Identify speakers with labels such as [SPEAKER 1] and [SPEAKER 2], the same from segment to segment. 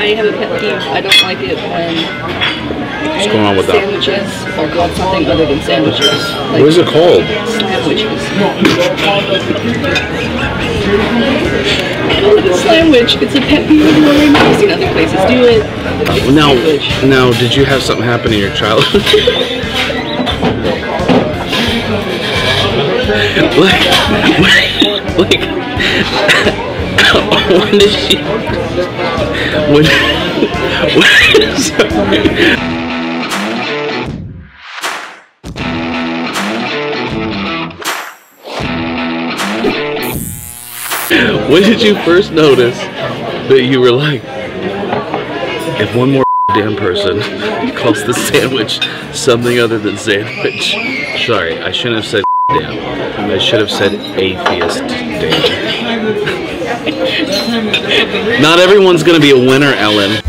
[SPEAKER 1] I have a pet peeve. I don't like it when
[SPEAKER 2] What's going on with that?
[SPEAKER 1] sandwiches are called something other than sandwiches. Like
[SPEAKER 2] What is it called?
[SPEAKER 1] sandwiches. Sandwich. It's a pet peeve in Northern I've seen other places do it.
[SPEAKER 2] Now, now, did you have something happen in your childhood? like, like, when did she? When? when sorry. When did you first notice that you were like, if one more damn person calls the sandwich something other than sandwich. Sorry, I shouldn't have said damn. I should have said atheist damn. Not everyone's gonna be a winner, Ellen.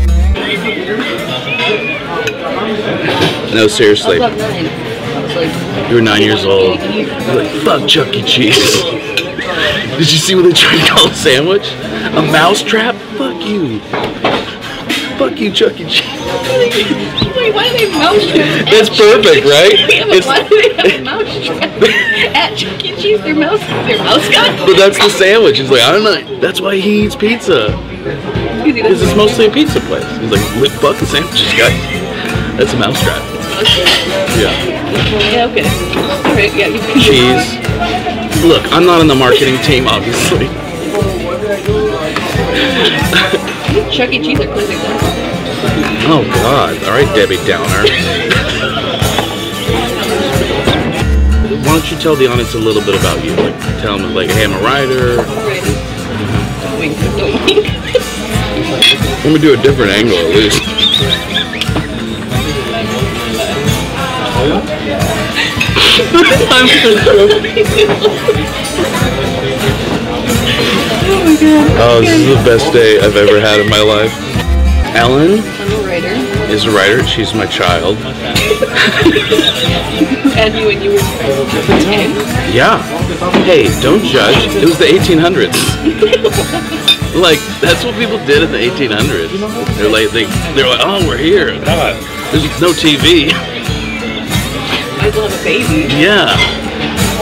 [SPEAKER 2] No, seriously.
[SPEAKER 1] About nine. I was like,
[SPEAKER 2] You were nine years old. You're like, fuck Chuck E. Cheese. Did you see what they tried to call a sandwich? A mouse trap? Fuck you. Fuck you, Chuck E. Cheese.
[SPEAKER 1] wait, why do they mouse traps?
[SPEAKER 2] That's perfect, right?
[SPEAKER 1] Yeah, but
[SPEAKER 2] It's-
[SPEAKER 1] why do they have a mouse trap? At Chuck E. Cheese, their mouse, their mouse got
[SPEAKER 2] but that's the sandwich. He's like, I don't know. That's why he eats pizza.
[SPEAKER 1] Easy,
[SPEAKER 2] Because
[SPEAKER 1] that's
[SPEAKER 2] it's mostly a pizza place. He's like, lick fucking sandwiches, guys. That's a mousetrap. Yeah.
[SPEAKER 1] Yeah, okay. All right, yeah, you can
[SPEAKER 2] Cheese. Look, I'm not on the marketing team, obviously.
[SPEAKER 1] Chuck E. Cheese are closing down.
[SPEAKER 2] Oh God! All right, Debbie Downer. Why don't you tell the audience a little bit about you? Like, tell them like, hey, I'm a writer.
[SPEAKER 1] Right. Don't wink, don't wink.
[SPEAKER 2] Let me do a different angle at least. I'm so Oh, this is the best day I've ever had in my life. Ellen
[SPEAKER 1] I'm a writer.
[SPEAKER 2] is a writer. She's my child.
[SPEAKER 1] And you and you were okay.
[SPEAKER 2] Yeah. Hey, don't judge. It was the 1800s. like that's what people did in the 1800s. They're like they they're like, oh, we're here. God, there's no TV.
[SPEAKER 1] I still have a baby.
[SPEAKER 2] Yeah.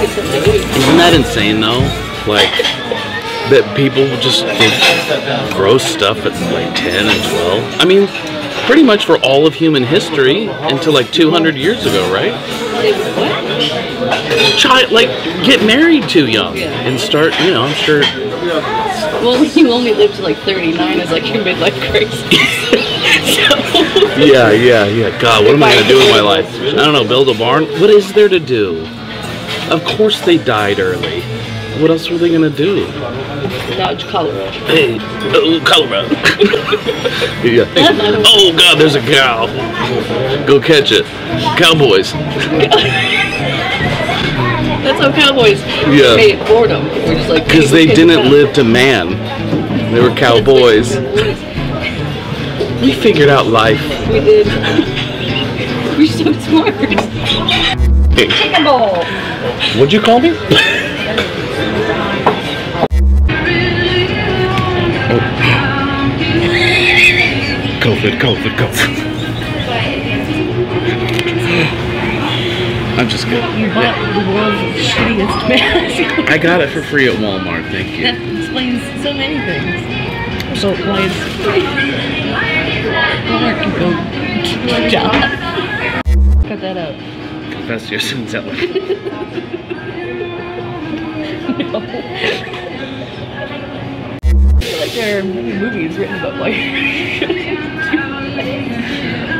[SPEAKER 2] Isn't that insane though? Like that people just did gross stuff at like 10 and 12. I mean, pretty much for all of human history until like 200 years ago, right?
[SPEAKER 1] Like, what?
[SPEAKER 2] Child, like get married too young and start, you know, I'm sure
[SPEAKER 1] Well, you only lived to like 39 as like your midlife crisis. so,
[SPEAKER 2] Yeah, yeah, yeah. God, what am I gonna do with my life? I don't know. Build a barn. What is there to do? Of course they died early. What else were they gonna do?
[SPEAKER 1] Dodge cholera.
[SPEAKER 2] Hey, oh, Colorado. yeah. Oh God, there's a cow. Go catch it, cowboys.
[SPEAKER 1] That's how cowboys
[SPEAKER 2] Yeah.
[SPEAKER 1] made boredom. We're just like
[SPEAKER 2] Because they
[SPEAKER 1] "Hey,
[SPEAKER 2] didn't
[SPEAKER 1] cow."
[SPEAKER 2] live to man. They were cowboys. We figured out life.
[SPEAKER 1] We did. We're so smart. Chicken bowl.
[SPEAKER 2] What'd you call me? COVID, COVID, COVID. I'm just kidding.
[SPEAKER 1] You bought the world's shittiest mask.
[SPEAKER 2] I got it for free at Walmart, thank
[SPEAKER 1] that
[SPEAKER 2] you.
[SPEAKER 1] explains so many things. So it explains Walmart can go to a job. Cut that out.
[SPEAKER 2] Confess your sins out loud.
[SPEAKER 1] Like there are many movies written about like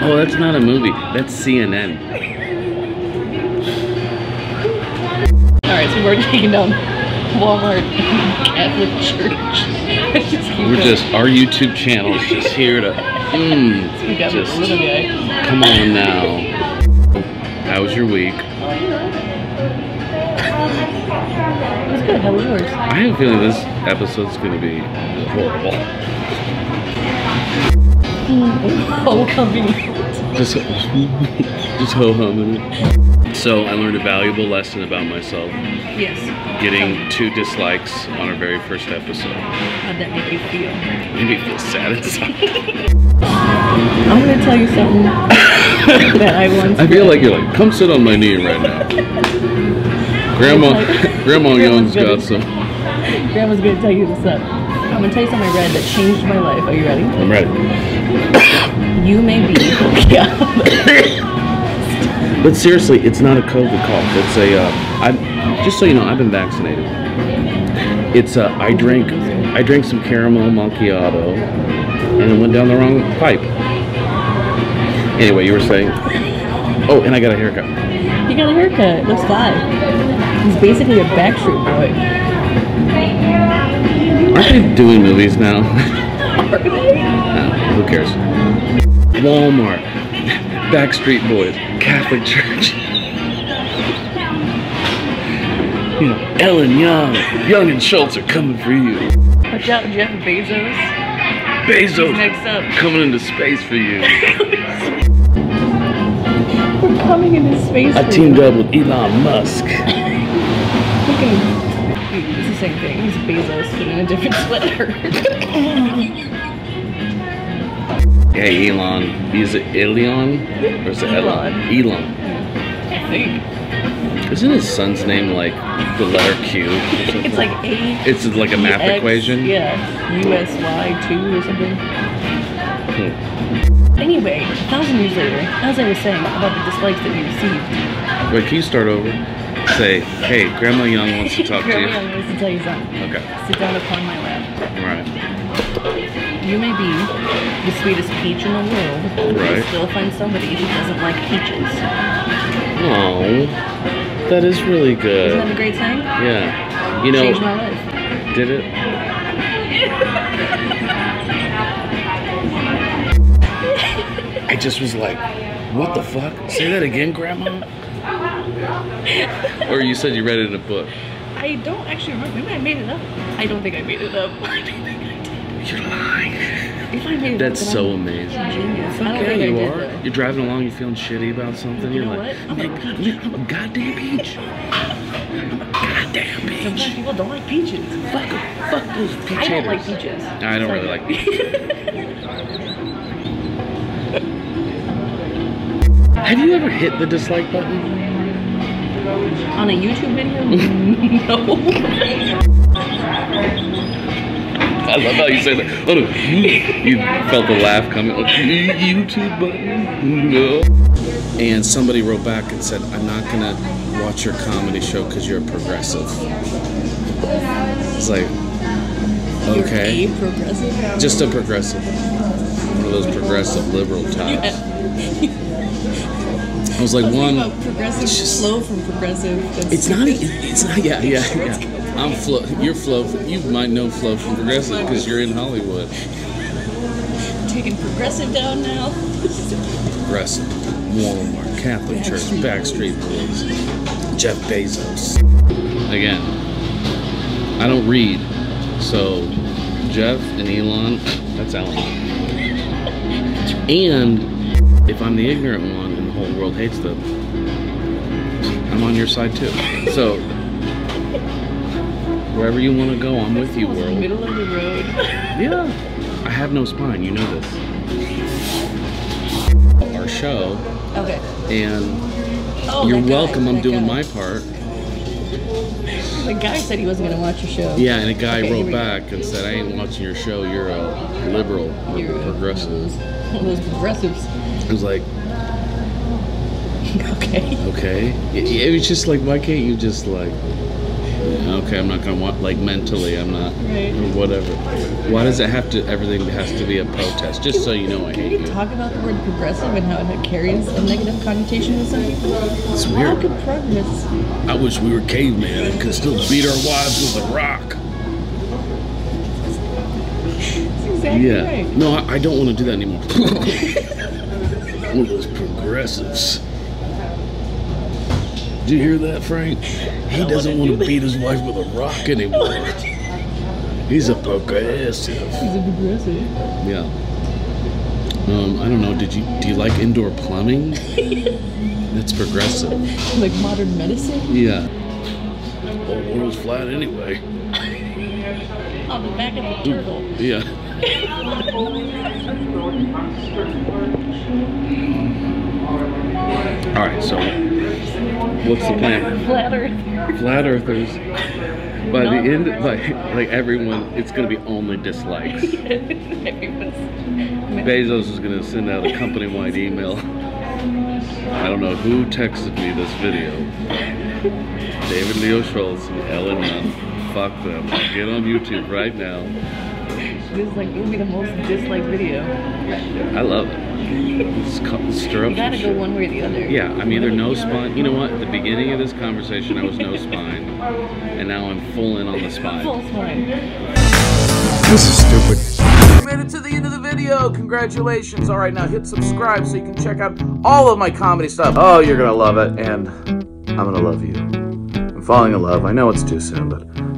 [SPEAKER 2] Oh, that's not a movie. That's CNN.
[SPEAKER 1] Alright, so we're taking down Walmart Catholic Church. Let's just keep
[SPEAKER 2] We're
[SPEAKER 1] going.
[SPEAKER 2] just, our YouTube channel is just here to, mmm,
[SPEAKER 1] we got
[SPEAKER 2] just-
[SPEAKER 1] a little guy.
[SPEAKER 2] come on now. How was your week?
[SPEAKER 1] That's good, how was yours?
[SPEAKER 2] I have a feeling this episode's gonna be horrible.
[SPEAKER 1] Homecoming.
[SPEAKER 2] Just, just ho hum in it. So I learned a valuable lesson about myself
[SPEAKER 1] Yes.
[SPEAKER 2] getting two dislikes on our very first episode.
[SPEAKER 1] How'd that make you feel?
[SPEAKER 2] Made me feel sad inside.
[SPEAKER 1] I'm gonna tell you something that I once.
[SPEAKER 2] I feel like you're like, come sit on my knee right now. Grandma, Grandma Young's
[SPEAKER 1] Grandma's
[SPEAKER 2] got
[SPEAKER 1] good.
[SPEAKER 2] some.
[SPEAKER 1] Grandma's gonna tell you this up. I'm gonna tell you something I read that changed my life. Are you ready?
[SPEAKER 2] I'm ready.
[SPEAKER 1] You may be. yeah.
[SPEAKER 2] But seriously, it's not a COVID cough. It's a, uh, I'm, just so you know, I've been vaccinated. It's uh, I drank, I drank some caramel macchiato, and it went down the wrong pipe. Anyway, you were saying, oh, and I got a haircut.
[SPEAKER 1] He got a haircut. Looks fly. He's basically a Backstreet Boy.
[SPEAKER 2] Aren't they doing movies now?
[SPEAKER 1] Are they?
[SPEAKER 2] Nah, who cares? Walmart, Backstreet Boys, Catholic Church. You know, Ellen Young, Young and Schultz are coming for you.
[SPEAKER 1] Watch out, Jeff Bezos.
[SPEAKER 2] Bezos
[SPEAKER 1] Next up.
[SPEAKER 2] coming into space for you.
[SPEAKER 1] We're coming into space.
[SPEAKER 2] I
[SPEAKER 1] for
[SPEAKER 2] teamed
[SPEAKER 1] you.
[SPEAKER 2] up with Elon Musk.
[SPEAKER 1] We can- Dude, It's the same thing. He's Bezos, but in a different sweater.
[SPEAKER 2] Hey Elon, is it Elon or is it Elon? Elon.
[SPEAKER 1] I think.
[SPEAKER 2] Isn't his son's name like the letter Q? or something?
[SPEAKER 1] It's like A.
[SPEAKER 2] it's like a math
[SPEAKER 1] X,
[SPEAKER 2] equation.
[SPEAKER 1] Yeah. USY2 or something.
[SPEAKER 2] Hmm.
[SPEAKER 1] Anyway, a thousand years later, as I was saying about the dislikes that we received,
[SPEAKER 2] Wait, can you start over? Say, hey, Grandma Young wants to talk to
[SPEAKER 1] Grandma
[SPEAKER 2] you.
[SPEAKER 1] wants to tell you something.
[SPEAKER 2] Okay,
[SPEAKER 1] Sit down upon my lap.
[SPEAKER 2] all right.
[SPEAKER 1] You may be the sweetest peach in the world, but
[SPEAKER 2] Right.
[SPEAKER 1] you still find somebody who doesn't like peaches.
[SPEAKER 2] Oh, that is really
[SPEAKER 1] Isn't that a
[SPEAKER 2] good.
[SPEAKER 1] great saying?
[SPEAKER 2] Yeah. You
[SPEAKER 1] Changed
[SPEAKER 2] know,
[SPEAKER 1] my life.
[SPEAKER 2] did it? I just was like, what the fuck? Say that again, Grandma? or you said you read it in a book.
[SPEAKER 1] I don't actually remember. Maybe I made it up. I don't think I made it up. I don't think I did.
[SPEAKER 2] You're lying.
[SPEAKER 1] If I made it
[SPEAKER 2] That's
[SPEAKER 1] up,
[SPEAKER 2] so
[SPEAKER 1] then
[SPEAKER 2] amazing.
[SPEAKER 1] I'm genius. I don't
[SPEAKER 2] Yeah,
[SPEAKER 1] think I
[SPEAKER 2] you
[SPEAKER 1] did,
[SPEAKER 2] are.
[SPEAKER 1] though.
[SPEAKER 2] You're driving along, you're feeling shitty about something.
[SPEAKER 1] You
[SPEAKER 2] You're
[SPEAKER 1] know
[SPEAKER 2] like,
[SPEAKER 1] what? I'm a
[SPEAKER 2] "Man, I'm a goddamn peach. I'm a goddamn
[SPEAKER 1] Sometimes
[SPEAKER 2] peach.
[SPEAKER 1] people don't like peaches.
[SPEAKER 2] Fuck, 'em. fuck those peach
[SPEAKER 1] I don't like
[SPEAKER 2] haters."
[SPEAKER 1] peaches.
[SPEAKER 2] I don't really like Have you ever hit the dislike button?
[SPEAKER 1] On a YouTube video? no.
[SPEAKER 2] I love how you say that. Oh, no. you felt the laugh coming. Like, YouTube button? No.
[SPEAKER 3] and somebody wrote back and said, "I'm not gonna watch your comedy show because you're a progressive." It's like,
[SPEAKER 1] You're
[SPEAKER 3] okay,
[SPEAKER 1] a progressive.
[SPEAKER 3] just a progressive, one of those progressive liberal types. I was like,
[SPEAKER 2] Um,
[SPEAKER 1] Something
[SPEAKER 3] one,
[SPEAKER 1] Uh, about progressive flow from progressive. That's
[SPEAKER 3] it's not, e- it's not, yeah, yeah, yeah. I'm Flo. You're Flo. You might know Flo from Progressive because you're in Hollywood.
[SPEAKER 1] taking progressive down now.
[SPEAKER 3] Progressive, Walmart, Catholic Church, Backstreet Boys, Jeff Bezos.
[SPEAKER 2] Again, I don't read. So, Jeff and Elon, that's Alan. And if I'm the ignorant one and the whole world hates them, I'm on your side too. So, wherever you want to go, I'm with you,
[SPEAKER 1] Almost
[SPEAKER 2] world.
[SPEAKER 1] middle of the road.
[SPEAKER 2] Yeah. I have no spine, you know this.
[SPEAKER 3] Our show,
[SPEAKER 1] Okay.
[SPEAKER 2] And
[SPEAKER 1] Oh,
[SPEAKER 3] you're
[SPEAKER 1] that guy,
[SPEAKER 3] welcome. I'm
[SPEAKER 1] that
[SPEAKER 3] doing my
[SPEAKER 1] guy.
[SPEAKER 3] part.
[SPEAKER 1] The guy said he wasn't gonna watch your show.
[SPEAKER 3] Yeah, and a guy
[SPEAKER 1] Okay, here
[SPEAKER 3] wrote
[SPEAKER 1] we go.
[SPEAKER 3] back and said, I ain't watching your show. You're a liberal or
[SPEAKER 1] You're
[SPEAKER 3] progressive.
[SPEAKER 1] One of those progressives.
[SPEAKER 3] I was like,
[SPEAKER 1] okay.
[SPEAKER 3] okay. It, it was just like, why can't you just like, okay, I'm not going to want, like mentally, I'm not,
[SPEAKER 1] Right.
[SPEAKER 3] or whatever. Why does it have to, everything has to be a protest? Just so you know, I
[SPEAKER 1] Can
[SPEAKER 3] hate
[SPEAKER 1] we
[SPEAKER 3] you.
[SPEAKER 1] talk about the word progressive and how it carries a negative connotation with some people?
[SPEAKER 3] It's
[SPEAKER 1] How
[SPEAKER 3] weird.
[SPEAKER 1] could progress?
[SPEAKER 3] I wish we were cavemen and could still beat our wives with a rock.
[SPEAKER 1] That's exactly
[SPEAKER 3] Yeah.
[SPEAKER 1] right.
[SPEAKER 3] No, I, I don't want to do that anymore. One of those progressives. Did you hear that, Frank? He doesn't want to beat his wife with a rock anymore. He's a progressive.
[SPEAKER 1] He's a progressive.
[SPEAKER 3] Yeah. Um, I don't know. Did you do you like indoor plumbing? That's progressive.
[SPEAKER 1] Like modern medicine?
[SPEAKER 3] Yeah.
[SPEAKER 2] The whole world's flat anyway.
[SPEAKER 1] On the back of a turtle.
[SPEAKER 3] Yeah.
[SPEAKER 2] All right, so what's the plan?
[SPEAKER 1] Flat earth.
[SPEAKER 2] Flat Earthers. By the end, like like everyone, it's gonna be only dislikes.
[SPEAKER 1] Everyone's-
[SPEAKER 2] Bezos is gonna send out a company-wide email. I don't know who texted me this video. David Leo Schultz and Ellen Nunn. Fuck them. Get on YouTube right now.
[SPEAKER 1] this is like, it would be the most disliked video.
[SPEAKER 2] I love it. It's called stir up
[SPEAKER 1] You gotta
[SPEAKER 2] some
[SPEAKER 1] go
[SPEAKER 2] shit.
[SPEAKER 1] one way or the other.
[SPEAKER 2] Yeah, I'm either no spine. You know what? At the beginning of this conversation, I was no spine, and now I'm full in on the spine.
[SPEAKER 1] Full swine.
[SPEAKER 3] This is stupid.
[SPEAKER 4] made it to the end of the video. Congratulations. All right, now hit subscribe so you can check out all of my comedy stuff. Oh, you're going to love it, and I'm going to love you. I'm falling in love. I know it's too soon, but